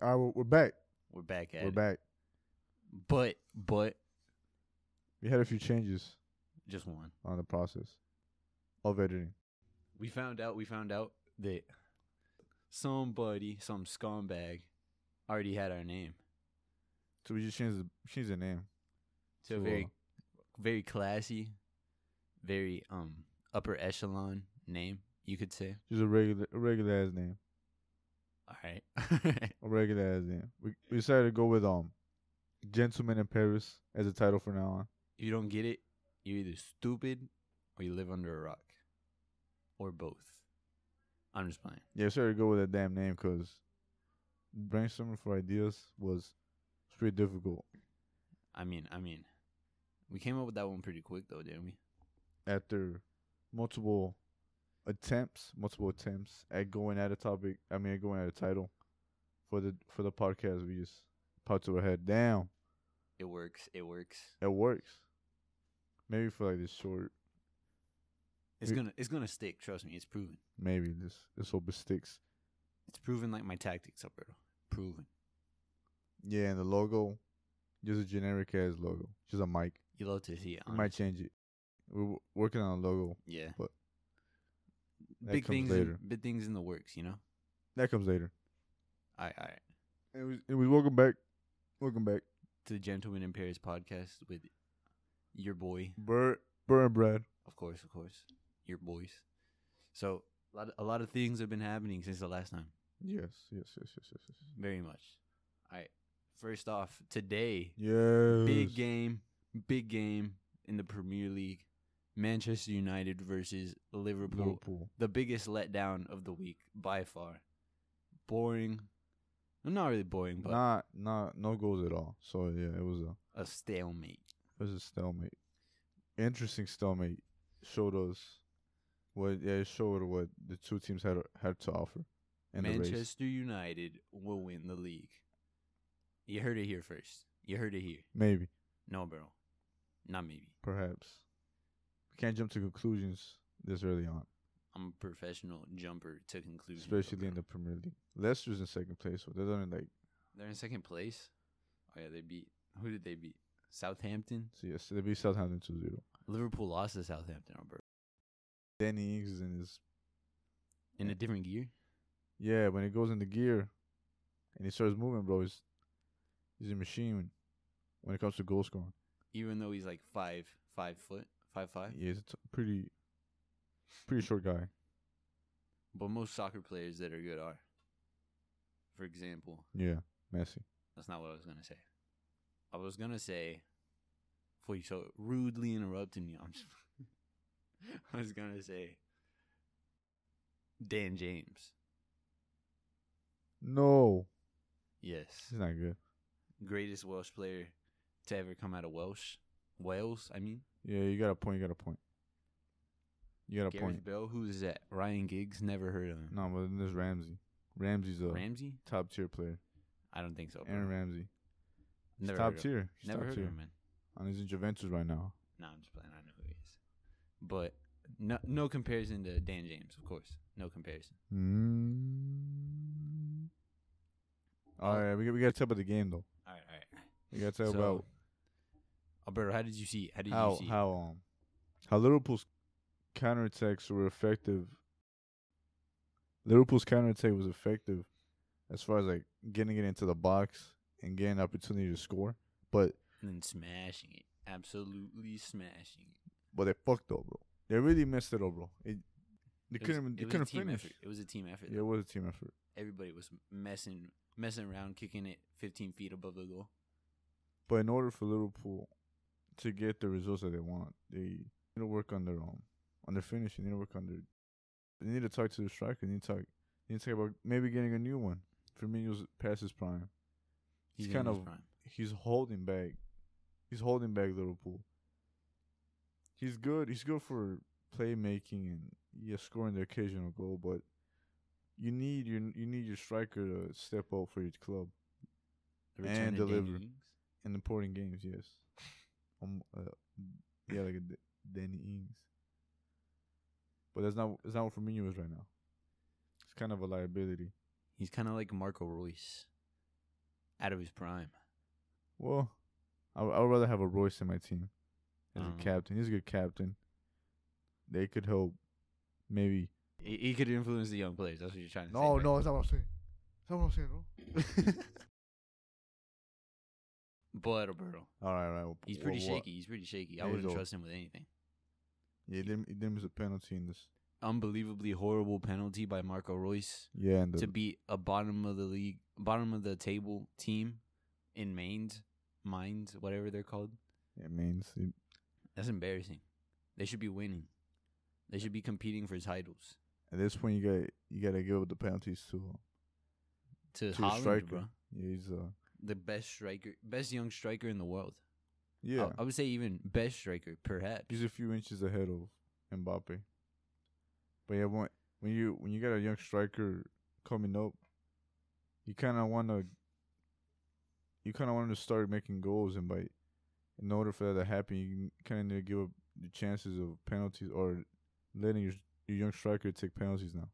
All right, we're- we're back. We're back at We're it. back. But but We had a few changes just one. on the process of editing. We found out we found out that somebody, some scumbag, already had our name So we just changed the, changed the name. to a Sure. very very classy, very um upper echelon name, you could say. Just a regular, a regular ass name. All right. A regular ass name. We, we decided to go with um, "Gentleman in Paris" as a title from now on. if you don't get it, you're either stupid or you live under a rock. Or both. I'm just playing. Yeah, we decided to go with that damn name because brainstorming for ideas was pretty difficult. I mean, I mean. We came up with that one pretty quick though, didn't we? after multiple attempts, multiple attempts at going at a topic. I mean, at going at a title for the for the podcast. We just popped our head down. It works. It works. It works. Maybe for like this short. It's We- gonna it's gonna stick, trust me, it's proven. Maybe this this hope it sticks. It's proven like my tactics, Alberto. Proven. Yeah, and the logo, just a generic ass logo, just a mic. You love to see it. We might honest. change it. We're w- working on a logo yeah. but that big comes things, later. In, big things in the works. You know. that comes later. All right, all right. And we, and we welcome back, welcome back, To the Gentleman in Paris podcast with your boy, Bert, Bert and Brad. of course, of course, your boys. So a lot, a lot of things have been happening since the last time. Yes, yes, yes, yes, yes, yes. Very much. All right. First off, today, Yes. big game, big game in the Premier League. Manchester United versus Liverpool. Liverpool. the biggest letdown of the week by far. Boring. Well, not really boring, but Not not no goals at all. So yeah, it was a a stalemate. it was a stalemate. Interesting stalemate. Showed us what yeah, it showed what the two teams had had to offer. in the race. Manchester United will win the league. You heard it here first. You heard it here. Maybe, No, bro. Not maybe. perhaps. We can't jump to conclusions this early on, I'm a professional jumper to conclusions. bro. especially in the Premier League. Leicester's in second place, so they're only like They're in second place. Oh, yeah, they beat. Who did they beat? Southampton? so yes, they beat Southampton 2-0. Liverpool lost to Southampton, oh, bro. Danny Ings is in his In a different gear? yeah, when it goes into gear and he starts moving, bro, he's he's a machine when it comes to goal scoring. Even though he's like five, five foot, five, five. Yeah, he's a t- pretty, pretty short guy. But most soccer players that are good are. For example, Yeah, Messi. that's not what I was gonna say. I was gonna say, before you so rudely interrupted me, I'm just, I was gonna say, Dan James. No, Yes, he's not good. greatest Welsh player to ever come out of Welsh, Wales. I mean, Yeah, you got a point. You got a point. You got a Gareth point. Bell. Who's that? Ryan Giggs. Never heard of him. No, but then there's Ramsey. Ramsey's a Ramsey. top tier player. I don't think so. Oh, bro. Aaron Ramsey. He's Never heard top of him. tier. He's Never top heard tier. of him, man. And he's in Juventus right now. No, I'm just playing. I know who he is. But no, no comparison to Dan James, of course. No comparison. Mm. Oh. All right, we got, we got to talk about the game though. All right, all right. We got to talk So, E about Alberto, how did you see? it? How did you how see? it? how um how Liverpool's counterattacks were effective. Liverpool's counterattack was effective as far as like getting it into the box and getting opportunity to score, but And then smashing it, absolutely smashing it. but they fucked up, bro. They really messed it up, bro. It, they It was- couldn't it they was couldn't a team finish. effort. It was a team effort. Yeah, it was a team effort. Everybody was messing messing around, kicking it 15 feet above the goal. But in order for Liverpool to get the results that they want, they need to work on their um on their finishing. They need to work on their. They need to talk to the striker. They need to talk. They need to talk about maybe getting a new one. Firmino's past his prime. He's in kind his of- prime. He's holding back. He's holding back Liverpool. He's good. He's good for playmaking and yeah, scoring the occasional goal. But you need your you need your striker to step up for your club. The return and of Danny deliver. Ings. in important games, yes. Um, uh, yeah, like a D- Danny Ings. But that's not that's not what Firmino is right now. It's kind of a liability. He's kind of like Marco Royce. out of his prime. Well, I would I would rather have a Royce in my team as Uh-huh. a captain. He's a good captain. They could help, maybe. He, he could influence the young players. That's what you're trying to No, say. no, that's not what I'm saying. That's not what I'm saying, bro. right? but Alberto, All right, all right. well, he's wha- pretty wha- shaky. He's pretty shaky. Yeah, I he's wouldn't old. trust him with anything. Yeah, them, them is a penalty in this. Unbelievably horrible penalty by Marco Royce Yeah, and the, to beat a bottom of the league, bottom of the table team in Mainz, Mainz, whatever they're called. it means it- That's embarrassing. They should be winning. They should be competing for titles. at this point you got you got to give up the penalties to To, to a Holland, striker. bro, Yeah, he's uh the best striker, best young striker in the world. I- yeah. I, would say even best striker, perhaps. He's a few inches ahead of Mbappe. But yeah, when when you when you got a young striker coming up, you kind of want to you kind of want to start making goals, and by in order for that to happen, you kind of need to give up the chances of penalties or letting your your young striker take penalties now.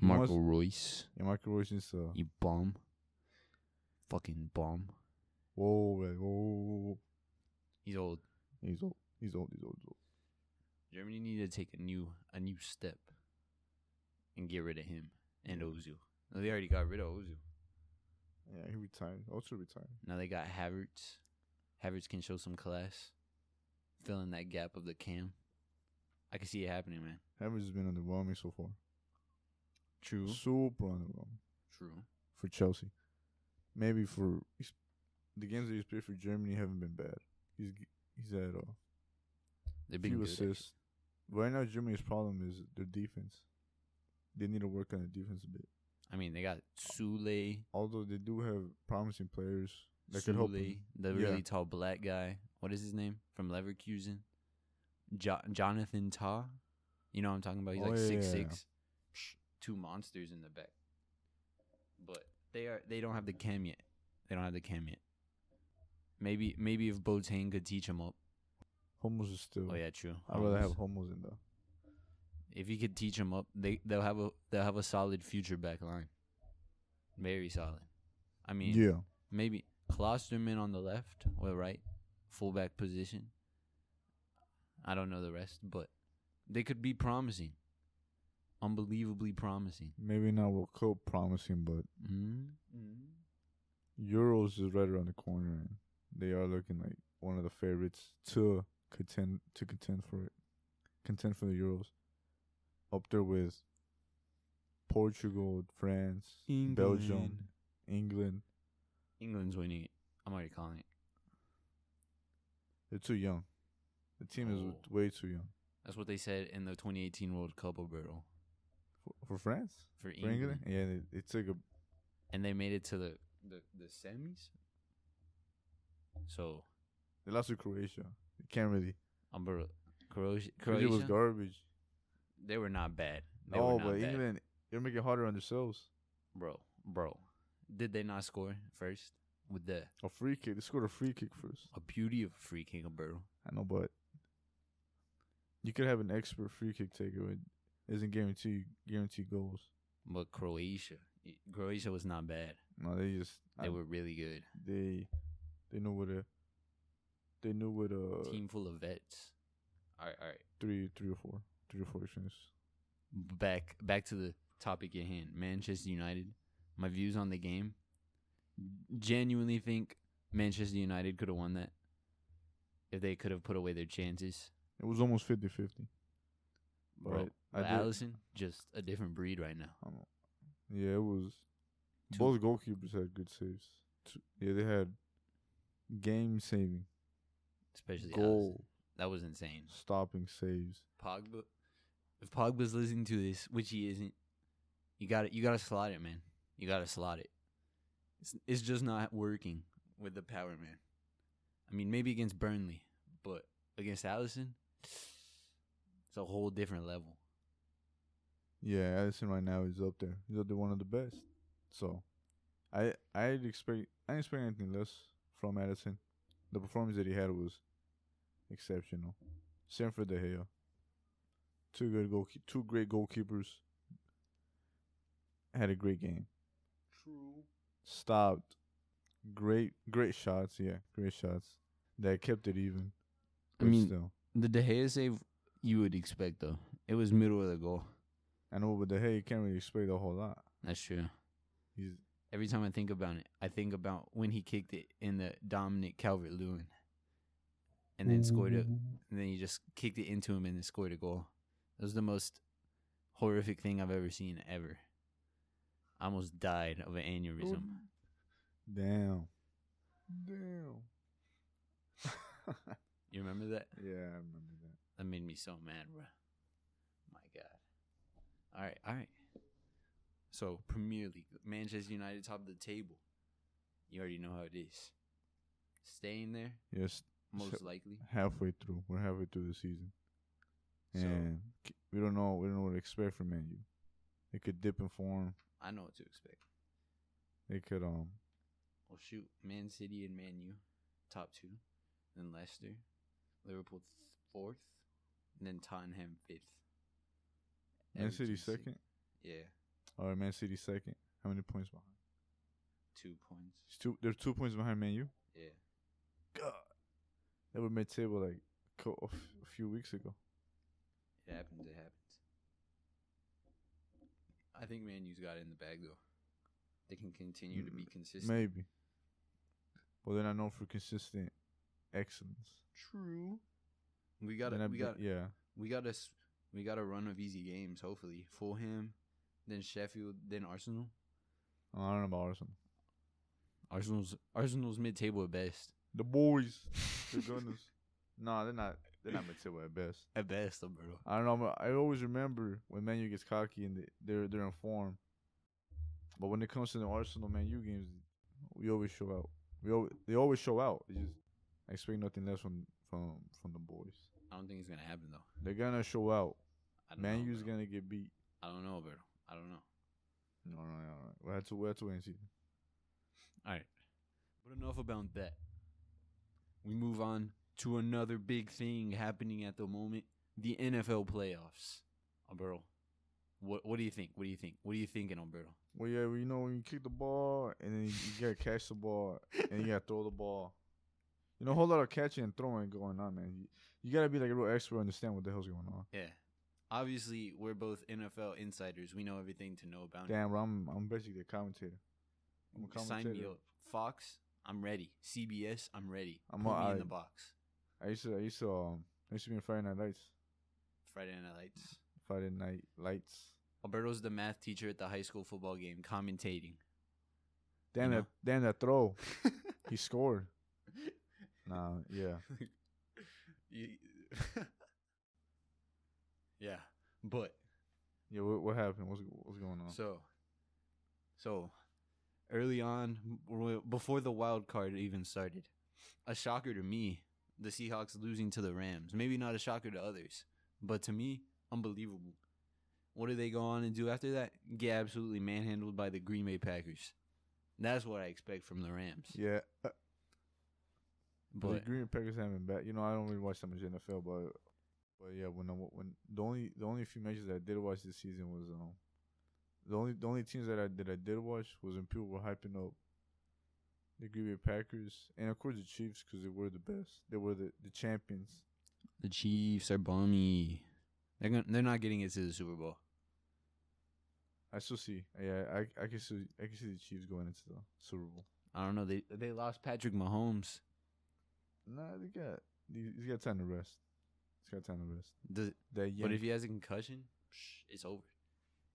Marco Royce, And Michael Royce uh, needs to you bum, fucking bum. whoa, man, whoa, whoa, whoa, whoa. He's old. he's old, he's old, he's old, he's old. Germany needed to take a new a new step and get rid of him and Ozu. No, they already got rid of Ozu. Yeah, he retired. Also retired. Now they got Havertz. Havertz can show some class, fill in that gap of the cam. I can see it happening, man. Havertz has been underwhelming so far. True. Super underwhelming. True. for Chelsea. Maybe for he's, the games that he's played for Germany haven't been bad. He's g- he's had a They've been few good, actually. assists. Right now, Germany's problem is their defense. They need to work on their defense a bit. I mean, they got Sule, Although they do have promising players that could help. Sule, them. the Yeah. really tall black guy. What is his name from Leverkusen? Jo- Jonathan Ta. You know what I'm talking about? He's Oh, like yeah, yeah, yeah. six six. Two monsters in the back. But they are they don't have the cam yet. They don't have the cam yet. Maybe maybe if Boateng could teach him up. Homos is still. Oh yeah, true. I'd rather have Holmes. Homos in the. if he could teach him up, they they'll have a they'll have a solid future back line. Very solid. I mean, Yeah. maybe Klosterman on the left or right, fullback position. I don't know the rest, but they could be promising, unbelievably promising. Maybe not World Cup promising, but Mm-hmm. Euros is right around the corner, and they are looking like one of the favorites to contend to contend for it, contend for the Euros. Up there with Portugal, France, Belgium, England. England's winning it. I'm already calling it. They're too young. The team is Oh. way too young That's what they said in the 2018 World Cup, Alberto, for, for France. for England, For England, yeah, they, it took a and they made it to the the, the semis. So, they lost to Croatia. They can't really. Alberto, Croatia, Croatia was Croatia, garbage. they were not bad. They were No, not but bad. England, they're making it harder on themselves. bro, bro. Did they not score first with the A free kick. They scored a free kick first. a beauty of a free kick, bro? I know, but you could have an expert free kick taker. It isn't guarantee guarantee goals. But Croatia, Croatia was not bad. No, they just They I- were really good. they they know what a they knew what a Team full of vets. All right, all right. three three or four three or four exchanges. Back back to the topic at hand. Manchester United. My views on the game. Genuinely think Manchester United could have won that if they could have put away their chances. It was almost 50-50. But Bro, I but did- Allison just a different breed right now. I don't know. Yeah, it was. Two- Both goalkeepers had good saves. Two, yeah, they had game saving, Especially Alisson. goal That was insane. stopping saves. Pogba. If Pogba's listening to this, which he isn't, you got to You got to slot it, man. You got to slot it. It's, it's just not working with the power, man. I mean, maybe against Burnley, but against Allison, it's a whole different level. Yeah, Addison right now is up there. He's up there one of the best. So I I'd expect I didn't expect anything less from Addison. The performance that he had was exceptional. Same for De Gea. Two good goal two great goalkeepers. Had a great game. True. Stopped great, great shots. Yeah, great shots that kept it even. I But mean- still, The De Gea save you would expect though. It was middle of the goal. I know, but the hey, you can't really expect a whole lot. That's true. He's Every time I think about it, I think about when he kicked it in the Dominic Calvert Lewin, and then scored it. And then he just kicked it into him and then scored a goal. That was the most horrific thing I've ever seen ever. I almost died of an aneurysm. damn, damn. You remember that? yeah, I remember that. That made me so mad, bro. My God. All right, all right. So Premier League, Manchester United top of the table. You already know how it is. Staying there, Yes, most likely. halfway through. We're halfway through the season, So and k- we don't know. We don't know what to expect from Man U. They could dip in form. I know what to expect. They could um. Well, shoot, Man City and Man U, top two. Then Leicester, Liverpool th- fourth, and then Tottenham fifth. Man Everton City sixth. second. Yeah, All right, Man City second. How many points behind? two points. It's two. They're two points behind Man U. Yeah, God, they were mid table like co- a f- a few weeks ago. it happens. It happens. I think Man U's got it in the bag though. They can continue to be Mm, consistent. Maybe. Well, then I know for consistent excellence. True. We got Then I to we be- got yeah. we got us we got a run of easy games. Hopefully, Fulham, then Sheffield, then Arsenal. I don't know about Arsenal. Arsenal's Arsenal's mid table at best. The boys, the gunners. no, they're not. They're not mid table at best. At best, though, bro. I don't know. but I always remember when Man U gets cocky and they- they're they're in form. But when it comes to the Arsenal Man U games, we always show out. We always, they always show out. It's just I expect nothing less from from from the boys. I don't think it's gonna happen though. They're gonna show out. I don't Man know, U's bro. gonna get beat. I don't know, bro. I don't know. No, no, no, no. We have to we have to wait and see. All right, but enough about that. We move on to another big thing happening at the moment: the NFL playoffs. Alberto, what what do you think? What do you think? What are you thinking, Alberto? Well, yeah, well, you know when you kick the ball and then you, you gotta catch the ball and you gotta throw the ball. You know, a whole lot of catching and throwing going on, man. You, you gotta be like a real expert, to understand what the hell's going on. Yeah, obviously we're both NFL insiders. We know everything to know about Damn, bro, I'm I'm basically a commentator. I'm a it. Sign me commentator. up, Fox. I'm ready. CBS, I'm ready. I'm Put a- me in I- the box. I used to I used to um I used to be in Friday Night Lights. Friday Night Lights. Friday Night Lights. Alberto's the math teacher at the high school football game commentating. Damn You that damn that throw. he scored. Nah, yeah. You- yeah, but Yeah, what, what happened? What's what's going on? so so early on w- before the wild card even started, a shocker to me, the Seahawks losing to the Rams. Maybe not a shocker to others, but to me, unbelievable. What do they go on and do after that? Get absolutely manhandled by the Green Bay Packers. That's what I expect from the Rams. yeah. But the But Green Bay Packers haven't been bad. You know, I don't really watch that much NFL, but but yeah, when I, wa- when the only the only few matches that I did watch this season was um the only the only teams that I that I did watch was when people were hyping up the Green Bay Packers and of course the Chiefs because they were the best. They were the the champions. The Chiefs are bummy. They're gonna, they're not getting into the Super Bowl. I still see, yeah, I I can see I can see the Chiefs going into the Super Bowl. I don't know. They they lost Patrick Mahomes. Nah, they got he- he's got time to rest. He's got time to rest. Does, That young, But if he has a concussion, psh, it's over.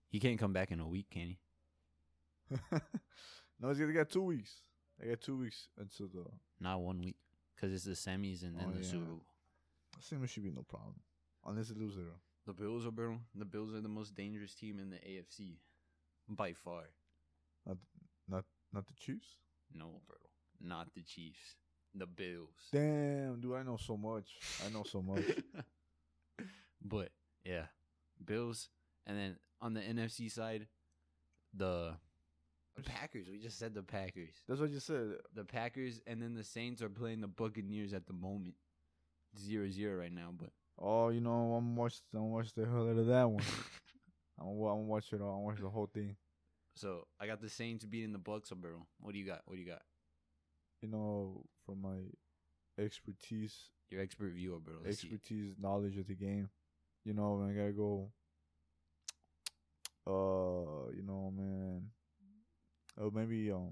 He can't come back in a week, can he? no, he's got, they got two weeks. They got two weeks until the Not one week, because it's the semis and then Oh, the yeah. Super Bowl. Seems should be no problem. Unless they lose zero. The Bills are bro. The Bills are the most dangerous team in the AFC, by far. Not not the Chiefs. No, bro. Not the Chiefs. The Bills. Damn, dude, I know so much. I know so much. but yeah, Bills, and then on the NFC side, the Packers. We just said the Packers. That's what you said. The Packers, and then the Saints are playing the Buccaneers at the moment, zero zero right now. But Oh, you know, I'm watch I'm gonna watch the hell out of that one. I'm gonna, wa- I'm gonna watch it all. I'm gonna watch the whole thing. so I got the Saints beating the Bucks, bro. What do you got? What do you got? you know, from my expertise, Your expert viewer, bro. Let's see. expertise, knowledge of the game. You know, man, I gotta go. Uh, you know, man. Oh, maybe um,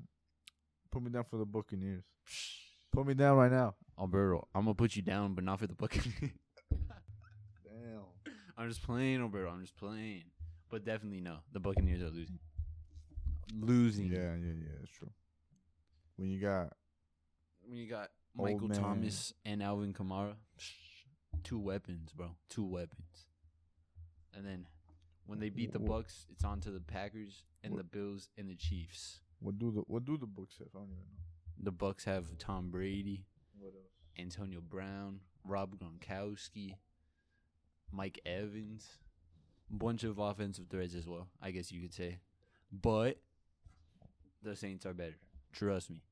put me down for the Buccaneers. Put me down right now. Alberto, I'm gonna put you down, but not for the Buccaneers. Damn. I'm just playing, Alberto. I'm just playing. But definitely no, the Buccaneers are losing. Losing. Yeah, yeah, yeah. That's true. When you got When you got Old Michael man. Thomas and Alvin Kamara, two weapons, bro. Two weapons. And then when they beat the Wha- Bucks, it's on to the Packers and Wha- the Bills and the Chiefs. what do the what do the books have? I don't even know. The Bucks have Tom Brady, What else? Antonio Brown, Rob Gronkowski, Mike Evans, bunch of offensive threads as well, I guess you could say. But the Saints are better. Trust me.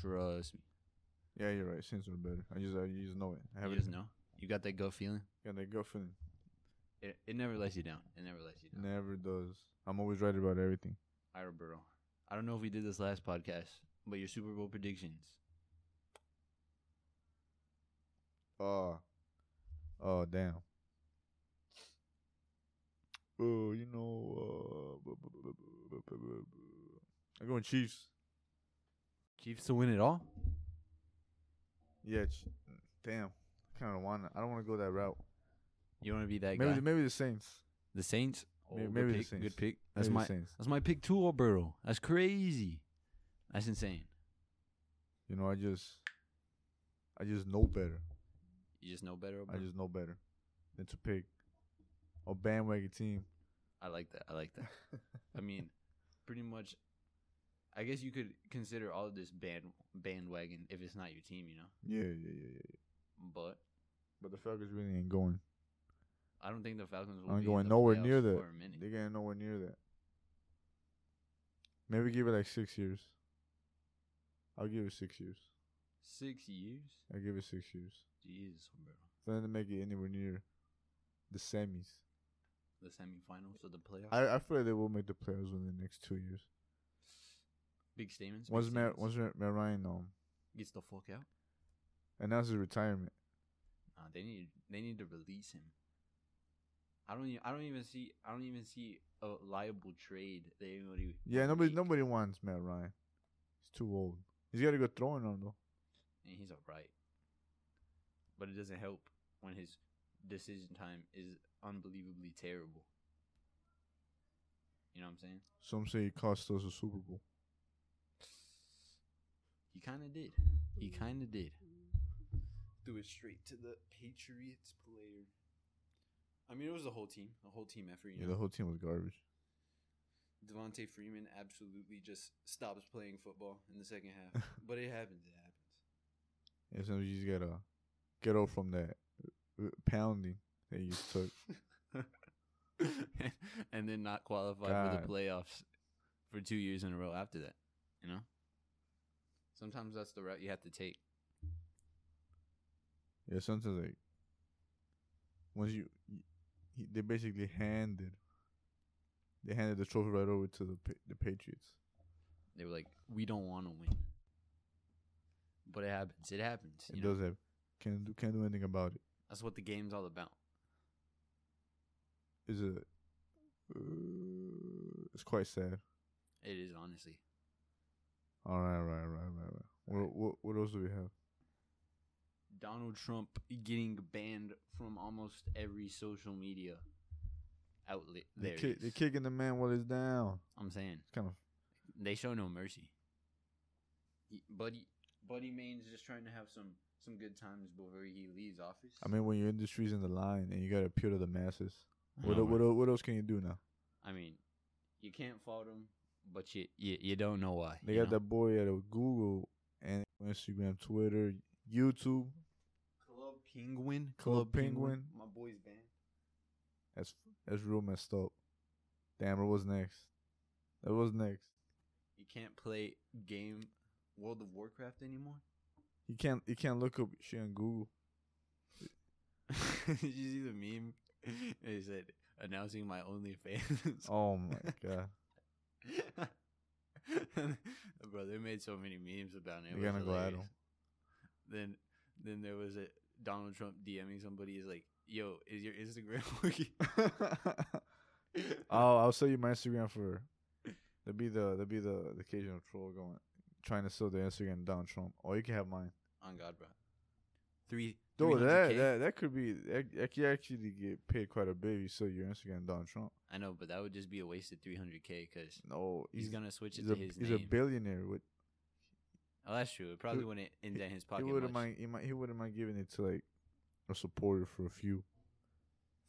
Trust me. Yeah, you're right. Saints are better. I just I just know it. I have You it. just know. You got that gut feeling. Yeah, they go feeling. It, it never lets you down. It never lets you down. Never does. I'm always right about everything. Ira Burrow. I don't know if we did this last podcast, but your Super Bowl predictions. Uh oh damn. Oh, you know, uh, bu- bu- bu- bu- bu- bu- bu- bu- I'm going Chiefs. Chiefs to win it all? Yeah, ch- damn. I kind of want. to I don't want to go that route. You want to be that maybe, guy? the, maybe the Saints. The Saints? Oh, May- good maybe the pick, Saints. Good pick. That's maybe my the Saints. That's my pick too, Alberto. That's crazy. That's insane. You know, I just, I just know better. You just know I better, Alberto. just know better than to pick a bandwagon team. I like that. I like that. I mean, pretty much. I guess you could consider all of this band bandwagon if it's not your team, you know. Yeah, yeah, yeah, yeah. yeah. But But the Falcons really ain't going. I don't think the Falcons will I'm be in going the nowhere playoffs near that. For a minute. They're getting nowhere near that. Maybe give it like six years. I'll give it six years. Six years. I'll give it six years. Jesus, Alberto. For them to make it anywhere near the semis. The semifinals or the playoffs. I, I feel like they will make the playoffs within the next two years. big statements. big Once Matt, statements. once Matt Matt Ryan um, gets the fuck out. announced his retirement, Uh, they need they need to release him. I don't even, I don't even see I don't even see a liable trade that anybody yeah, would nobody make. nobody wants Matt Ryan. He's too old. He's got to go throwing on though. and he's alright. But it doesn't help when his decision time is unbelievably terrible. You know what I'm saying? Some say he cost us a Super Bowl. He kind of did. He Mm-hmm. kind of did. Do it straight to the Patriots player. I mean, it was the whole team, the whole team effort. You Yeah, know, the whole team was garbage. Devontae Freeman absolutely just stops playing football in the second half. but it happens. It happens. Yeah, sometimes you just gotta get off from that uh, pounding that you took. and then not qualify God. for the playoffs for two years in a row after that. You know? Sometimes that's the route you have to take. Yeah, sometimes like once you, y he, they basically handed they handed the trophy right over to the Pa- the Patriots. They were like, we don't want to win. But it happens. It happens. It You know? does have can't do can't do anything about it. That's what the game's all about. It's a uh, it's quite sad. It is, honestly. All right, all right, all right, all right, all right. What what what else do we have? Donald Trump getting banned from almost every social media outlet. They There it kick, is. they're kicking the man while he's down. I'm saying. It's kind of They show no mercy. Y- Buddy Buddy Maine's just trying to have some some good times before he leaves office. I mean when your industry's in the line and you gotta appeal to the masses. I What know, el- what right? el- what else can you do now? I mean, you can't fault him, but you you, you don't know why. They you got know? that boy at a Google and Instagram, Twitter, YouTube. Club Penguin. Club Penguin. My boy's band. That's that's real messed up. Damn, what was next? That was next. You can't play game World of Warcraft anymore. You can't you can't look up shit on Google. Did you see the meme? It said announcing my OnlyFans. Oh my god. Bro, they made so many memes about it. it They're gonna was go at hilarious. him. Then, then there was a Donald Trump DMing somebody. He's like, "Yo, is your Instagram working?" Oh, I'll I'll sell you my Instagram for. That'd be the that'd be the, the occasional troll going trying to sell the Instagram down Trump. Oh, you can have mine. On God, bro. Three. Dude, that, 300K? that that could be that, that could actually get paid quite a bit if you sell your Instagram down Trump. I know, but that would just be a wasted 300k because No, he's, gonna switch it he's to a, his he's name. a billionaire. With oh, that's true. It probably wouldn't end in his he pocket. wouldn't much. mind he might he wouldn't mind giving it to like a supporter for a few,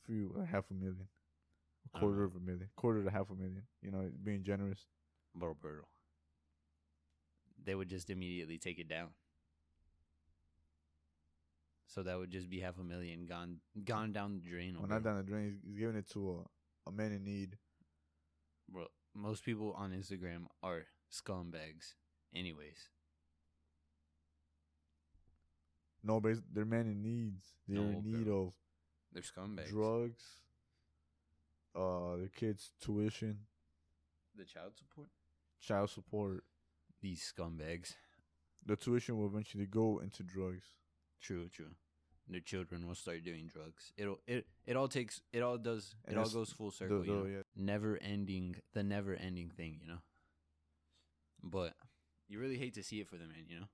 few like half a million, a I don't quarter know. of a million, quarter to half a million. You know, being generous. Bro, bro. They would just immediately take it down. So that would just be half a million gone gone down the drain. Well, bro. not down the drain. He's, he's giving it to a, a man in need. Bro, most people on Instagram are scumbags. Anyways, No, but it's- they're men in needs. They're No, in need bro. of they're scumbags. drugs, uh, their kids' tuition, the child support. child support. These scumbags. The tuition will eventually go into drugs. True, true. Their children will start doing drugs. It'll it it all takes it all does And it all it's- goes full The- circle. you know? the- yeah. never ending the never ending thing, you know. But you really hate to see it for the man, you know.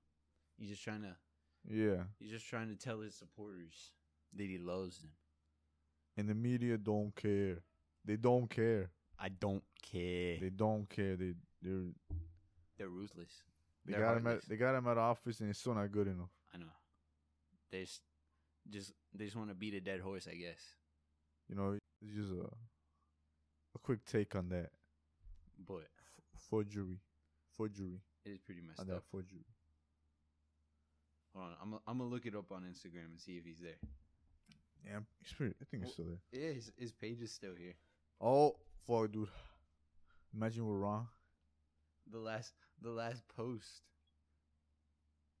He's just trying to Yeah. he's just trying to tell his supporters that he loves them. And the media don't care. They don't care. I don't care. They don't care. They they're, They're ruthless. they They're got him heartless. at they got him at office and it's still not good enough. I know. They just just they just want to beat a dead horse, I guess. You know, it's just a a quick take on that But F- forgery, forgery it is pretty messed on that up. forgery. Hold on, I'm i I'm gonna look it up on Instagram and see if he's there. Yeah, he's pretty, I think Well- he's still there. Yeah, his, his page is still here. Oh fuck, dude! Imagine we're wrong. The last the last post.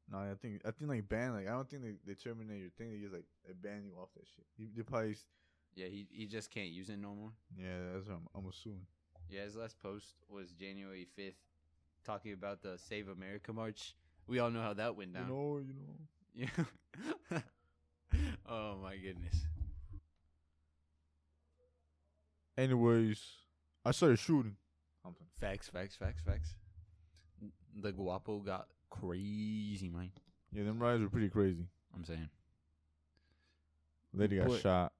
No, I think I think like ban like I don't think they, they terminate your thing. They just like they ban you off that shit. You, they probably s- Yeah, he he just can't use it no more. yeah. That's what I'm, I'm assuming. Yeah, his last post was January 5th, talking about the Save America March. We all know how that went You down. know, you know. Yeah. oh my goodness. Anyways, I started shooting. I'm sorry. Facts, facts, facts, facts. The Guapo got crazy, man. Yeah, them riots were pretty crazy. I'm saying. Lady got But- shot.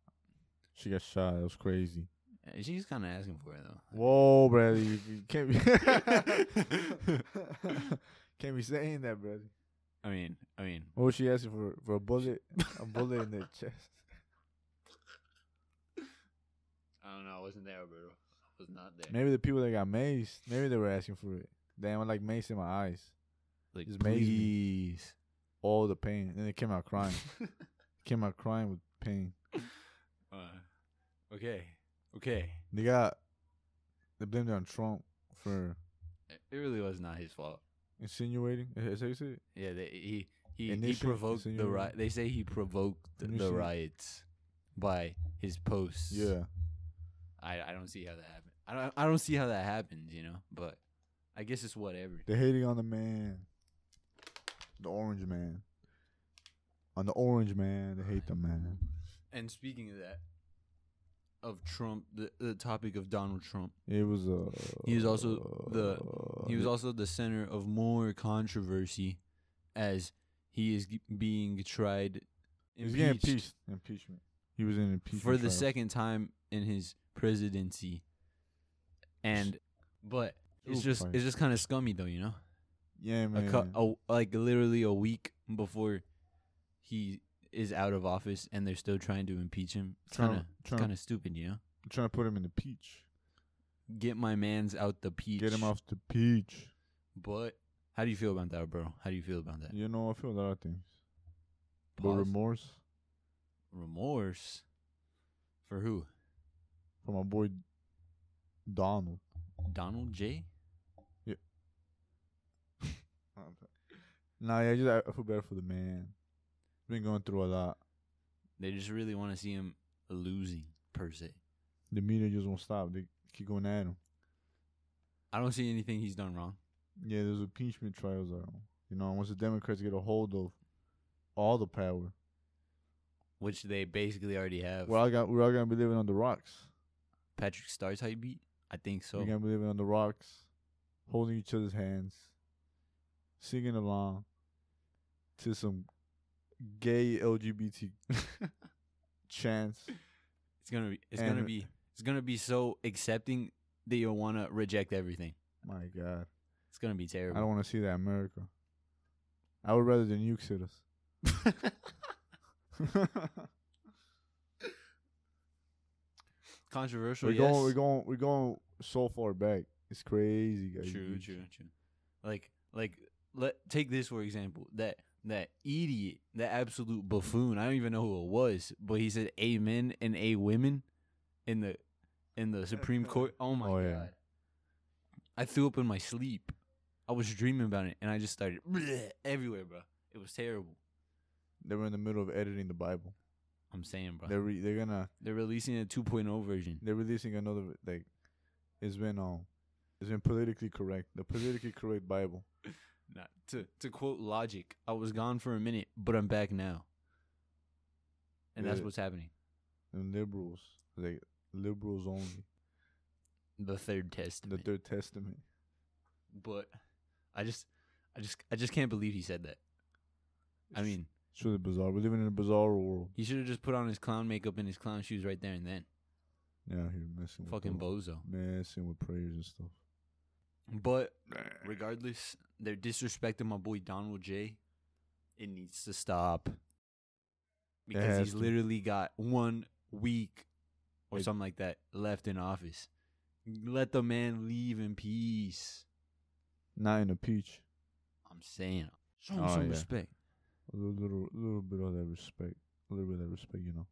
She got shot. It was crazy. Uh, She's kind of asking for it, though. Whoa, brother, you, you can't be can't be saying that, brother. I mean, I mean, What was she asking for? For a bullet, a bullet in the chest. I don't know. I wasn't there, Alberto. I was not there. Maybe the people that got maced, maybe they were asking for it. Damn, I like mace in my eyes. Like, Just amazed me. All the pain. And then they came out crying. came out crying with pain. uh, okay. Okay. They got they blamed it on Trump for It it really was not his fault. insinuating. Is that how you say it? Yeah, they, he he, he Initiate- provoked the insinuate. ri- They say he provoked the Initiate. riots by his posts. Yeah. I, I don't see how that happened. I don't I don't see how that happens. You know, but I guess it's whatever. They're hating on the man. The orange man. On the orange man, they hate the man. And speaking of that, of Trump, the the topic of Donald Trump, It was uh He was also the- he was also the center of more controversy, as he is g- being tried. He was getting impeached. Impeachment. He was in impeachment. for the trial. second time in his presidency. And but it's Ooh, just fine. it's just kind of scummy though, you know. Yeah, A man. cou- a- like literally a week before he is out of office, and they're still trying to impeach him. It's Tryna- kind of it's tryna- kind of stupid, you know. trying to put him in the peach. Get my man's out the peach. Get him off the peach. But how do you feel about that, bro? How do you feel about that? You know, I feel a lot of things. But Pause. remorse remorse for who? for my boy Donald. Donald J. Nah, yeah, just I, I feel better for the man. Been going through a lot. They just really want to see him losing per se. The media just won't stop. They keep going at him. I don't see anything he's done wrong. Yeah, there's impeachment trials out. You know, once the Democrats get a hold of all the power, which they basically already have. we're all got we're all gonna be living on the rocks. Patrick Starr's how you beat? I think so. We're gonna be living on the rocks, holding each other's hands, singing along to some gay LGBT chants. It's gonna be. It's gonna And- be. It's gonna be so accepting that you'll wanna reject everything. My God, It's gonna be I terrible. don't want to see that in America. I would rather the nukes hit us. Controversial. we're yes. going, we're going, we're going so far back. It's crazy, guys. True, true, true. Like, like, let take this for example. That that idiot, that absolute buffoon. I don't even know who it was, but he said "amen" and "a women" in the in the Supreme Court. Oh my Oh, god! yeah. I threw up in my sleep. I was dreaming about it, and I just started everywhere, bro. It was terrible. They were in the middle of editing the Bible. I'm saying, bro. They're They're, re- they're gonna releasing a 2.0 version. they're releasing another like it's been um it's been politically correct the politically correct Bible. Not, to to quote Logic, I was gone for a minute, but I'm back now. And that's Yeah. what's happening. and liberals, like liberals only. The third test. The Third Testament. but I just, I just, I just can't believe he said that. I It's mean, it's really bizarre. We're living in a bizarre world. he should have just put on his clown makeup and his clown shoes right there and then. Yeah, here messing Fucking with the- bozo. messing with prayers and stuff. But regardless, they're disrespecting my boy Donald J. It needs to stop because has he's to. literally got one week or It- something like that left in office. Let the man leave in peace. Not in a peach. I'm saying, show him Oh, some yeah. respect. A little, little, little bit of that respect. A little bit of that respect, you know.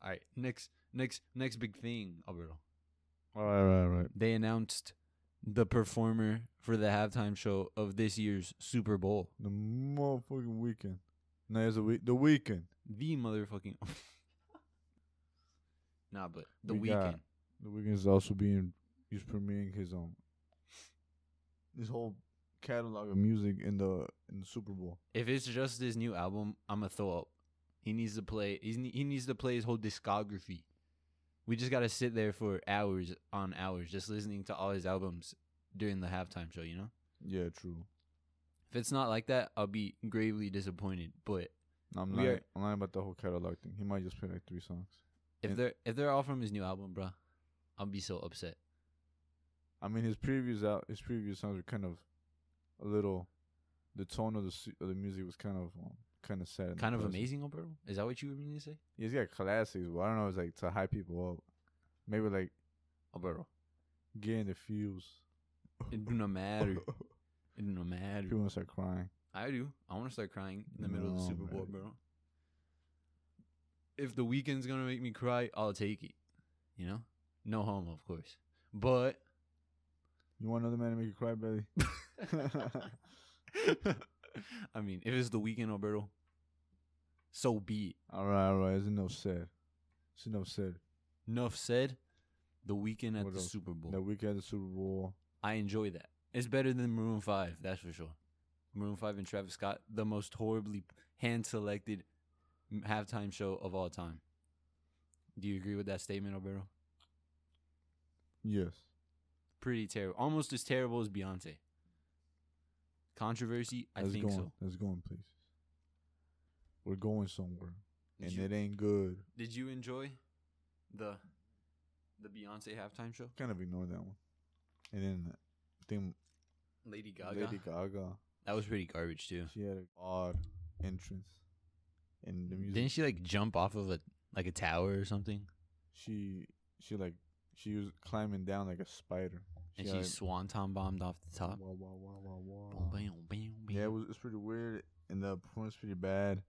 All right, next, next, next big thing, Alberto. All right, all right, all right. they announced the performer for the halftime show of this year's Super Bowl. The motherfucking weekend. No, it's a week. The weekend. The motherfucking Nah, but the We got- weekend. The weekend is also being. He's premiering his um. His whole catalog of music in the in the Super Bowl. If it's just his new album, I'ma throw up. He needs to play. He's, ne- he needs to play his whole discography. We just gotta sit there for hours on hours, just listening to all his albums during the halftime show. You know, Yeah, true. if it's not like that, I'll be gravely disappointed. But I'm We lying. are- I'm lying about the whole catalog thing. He might just play like three songs. if And- they're if they're all from his new album, bruh, I'll be so upset. I mean, his previous out, his previous songs were kind of a little. The tone of the su- of the music was kind of um, kind of sad. and Kind of depressing. amazing, Alberto. Is that what you were meaning to say? He's got classics, but I don't know. It's like to hype people up. Maybe like Alberto. getting the feels. It do not matter. people It do not matter. gonna start crying. I do. I want to start crying in the middle of the No, Super Bowl, man. bro. If the weekend's gonna make me cry, I'll take it. You know, no homo, of course. But You want another man to make you cry, Belly? I mean, if it's the weekend, Alberto, so be it. all right, all right. It's enough said. It's enough said. Enough said. The weekend at What the else? Super Bowl. That week at the Super Bowl. I enjoy that. It's better than Maroon Five, that's for sure. Maroon Five and Travis Scott, the most horribly hand selected halftime show of all time. Do you agree with that statement, Alberto? Yes. Pretty terrible, almost as terrible as Beyonce. Controversy, I Let's think go on. so. Let's go on, please. We're going somewhere, and Did you, it ain't good. did you enjoy the the Beyonce halftime show? Kind of ignore that one. And then I think Lady Gaga. Lady Gaga, That was pretty garbage too. she had an odd entrance, and the music Didn't she like jump off of a like a tower or something? she she like she was climbing down like a spider. And she swanton bombed off the top. wow, wow, wow, wow, Boom, wow. bam, bam, Um, Yeah, bam. it was it's pretty weird, and the performance pretty bad,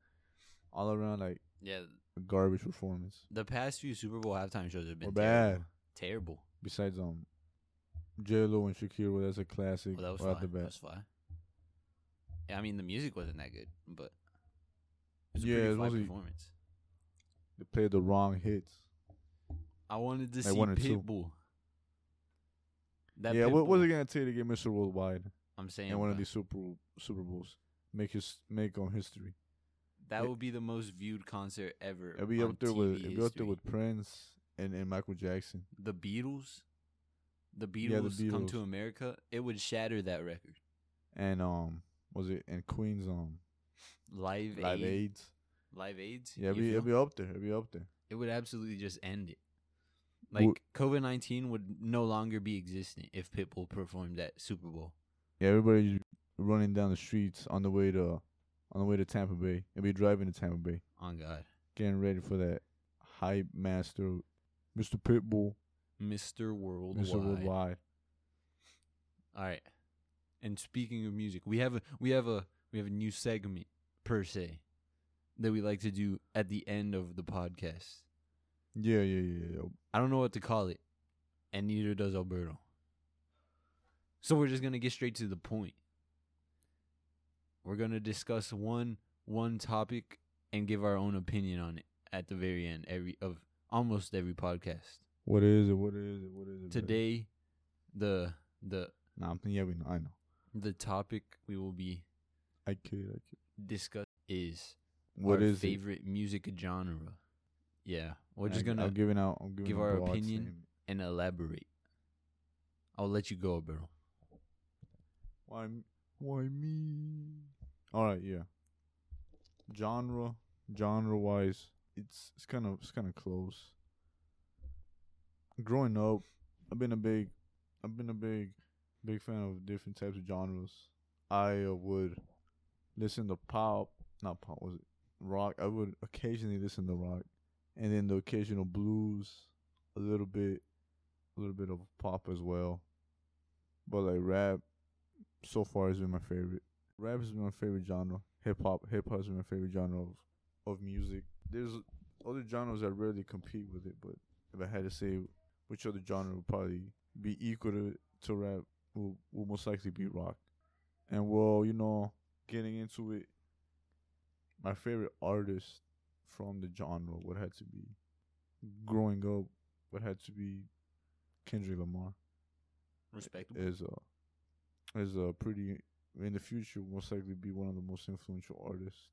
all around like Yeah, a garbage performance. the past few Super Bowl halftime shows have been Or terrible. bad. Terrible. Besides um, J Lo and Shakira, well, that's a classic. Well, that was right fly. off the That bat. was fly. Yeah, I mean, the music wasn't that good, but it was a Yeah, pretty it fly wasn't- performance. They played the wrong hits. I wanted to Like see one or two. Pitbull. That yeah, what was Pitbull- it gonna take to get Mr. Worldwide? I I'm saying in one of bro, these Super Super Bowls. Make his make on history. that it- would be the most viewed concert ever. It'll be on up there with TV it'll be up there history. with Prince and, and Michael Jackson. the Beatles. The Beatles, Yeah, the come Beatles. to America. It would shatter that record. And um was it and Queen's um Live, Live Aid, AIDS. Live AIDS. Yeah, it'll you be, it'll feel? be up there. It'll be up there. it would absolutely just end it. Like Wo- COVID nineteen would no longer be existent if Pitbull performed at Super Bowl. Yeah, everybody running down the streets on the way to on the way to Tampa Bay. It'll be driving to Tampa Bay. On God, Getting ready for that hype master Mr. Pitbull. Mister Worldwide. Mr. Worldwide. All right. And speaking of music, we have a we have a we have a new segment per se that we like to do at the end of the podcast. Yeah, yeah, yeah, yeah. I don't know what to call it, and neither does Alberto. So we're just gonna get straight to the point. We're gonna discuss one one topic and give our own opinion on it at the very end every of almost every podcast. What is it? What is it? What is it? babe? Today, the the Nah, I'm yeah, we know. I know. the topic we will be I kid. I kid. discussing is What our is it? favorite music genre. Yeah, we're just I- gonna I'm giving out. I'm giving give a our broad opinion. statement. and elaborate. I'll let you go, Alberto. Why? m- Why me? All right. Yeah. Genre. Genre wise, it's it's kind of it's kind of close. Growing up, I've been a big, I've been a big, big fan of different types of genres. I uh, would listen to pop, not pop, was it rock? I would occasionally listen to rock, and then the occasional blues, a little bit, a little bit of pop as well. But like rap, so far has been my favorite. Rap has been my favorite genre. Hip hop, hip hop has been my favorite genre of, of music. There's other genres that rarely compete with it, but if I had to say which other genre would probably be equal to, to rap, will will most likely be rock. And well, you know, getting into it, my favorite artist from the genre would have to be, growing up, would have to be Kendrick Lamar Respectable. is a is a pretty in the future most likely be one of the most influential artists.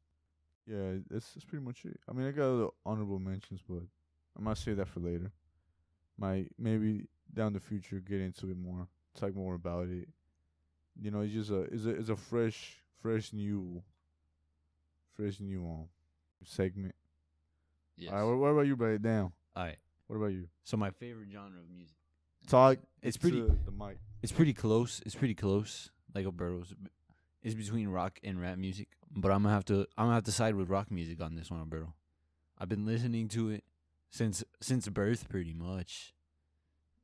Yeah, that's that's pretty much it. I mean, I got other honorable mentions, but I might save that for later. My maybe down the future get into it more, talk more about it. You know, it's just a it's a it's a fresh fresh new fresh new um segment. Yes. All right, what, what about you, Brady? Damn. All right. What about you? So my favorite genre of music. Talk. It's pretty. to uh, the mic. It's pretty close. It's pretty close. Like Alberto's, it's between rock and rap music. But I'm gonna have to. I'm gonna have to side with rock music on this one, Alberto. I've been listening to it since since birth, pretty much.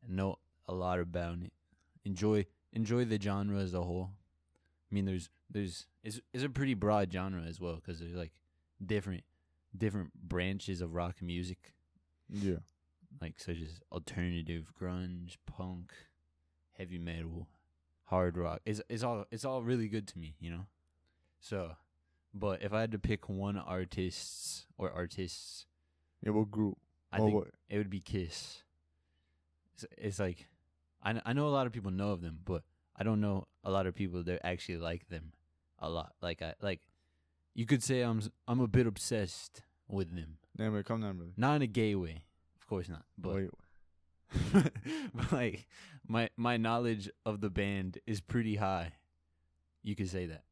I know a lot about it. Enjoy enjoy the genre as a whole. I mean, there's there's it's it's a pretty broad genre as well because there's like different different branches of rock music. Yeah. like such as alternative, grunge, punk, heavy metal, hard rock. It's it's all it's all really good to me, you know. So, but if I had to pick one artist's or artists, Yeah. What group? I Oh, think what? it would be Kiss. It's, it's like I kn- I know a lot of people know of them, but I don't know a lot of people that actually like them a lot. Like I like you could say I'm s- I'm a bit obsessed with them. Damn it, come down, brother. Not in a gay way. Of course not. But Wait, but like my my knowledge of the band is pretty high. You could say that.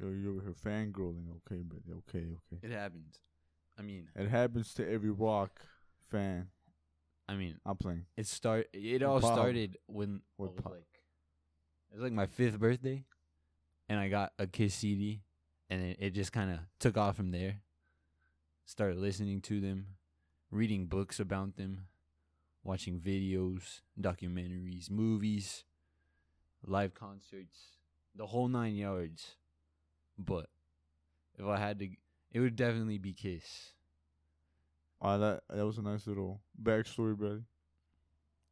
Yo, you're over here fangirling, okay, but okay, okay. It happens. I mean, It happens to every rock fan. I mean, I'm playing. it start it Or all pop. started when I Or was pop. like it was like my 5th birthday and I got a Kiss CD and it, it just kind of took off from there. Started listening to them, reading books about them, watching videos, documentaries, movies, live concerts, the whole 9 yards. But if I had to it would definitely be Kiss, All right, that that was a nice little backstory, brother.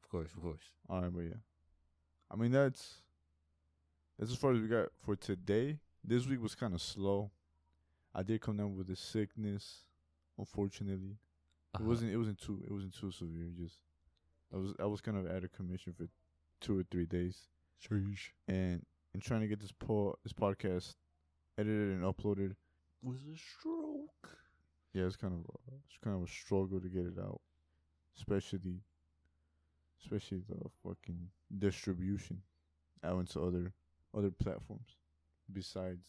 of course, of course. All right, but yeah, I mean that's that's as far as we got for today. This week was kind of slow. I did come down with a sickness, unfortunately. Uh-huh. It wasn't. It wasn't too. It wasn't too severe. Just I was. I was kind of out of commission for two or three days, and and trying to get this po- this podcast edited and uploaded. Was a stroke. Yeah, it's kind of a, it's kind of a struggle to get it out, especially especially the fucking distribution out into other other platforms besides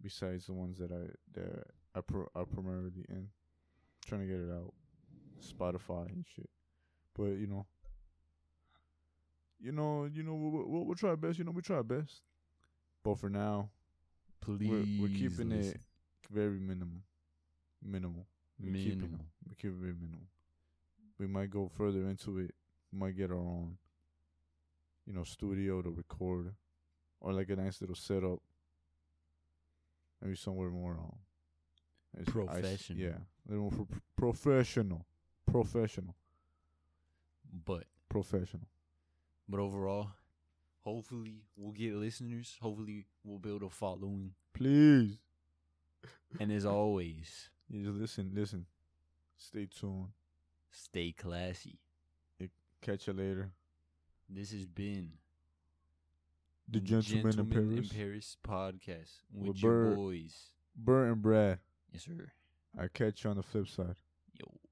besides the ones that I that I pro, I primarily in trying to get it out Spotify and shit, but you know. You know, you know, we'll, we'll, we'll try our best. You know, we try our best. But for now, Please. we're, we're keeping listen. it very minimal. Minimal. We're keeping it- minimal. we keep it very minimal. We might go further into it. We might get our own, you know, studio to record, or like a nice little setup. Maybe somewhere more um, it's ice- Professional. yeah, a little more pro- professional, professional, But professional. but overall, hopefully we'll get listeners. Hopefully we'll build a following. Please, And as always, you just listen, listen, stay tuned. stay classy. Catch you later. This has been The gentleman, in Gentlemen Paris, podcast with, With your Bird. boys. Bert and Brad. Yes, sir. I catch you on the flip side. Yo.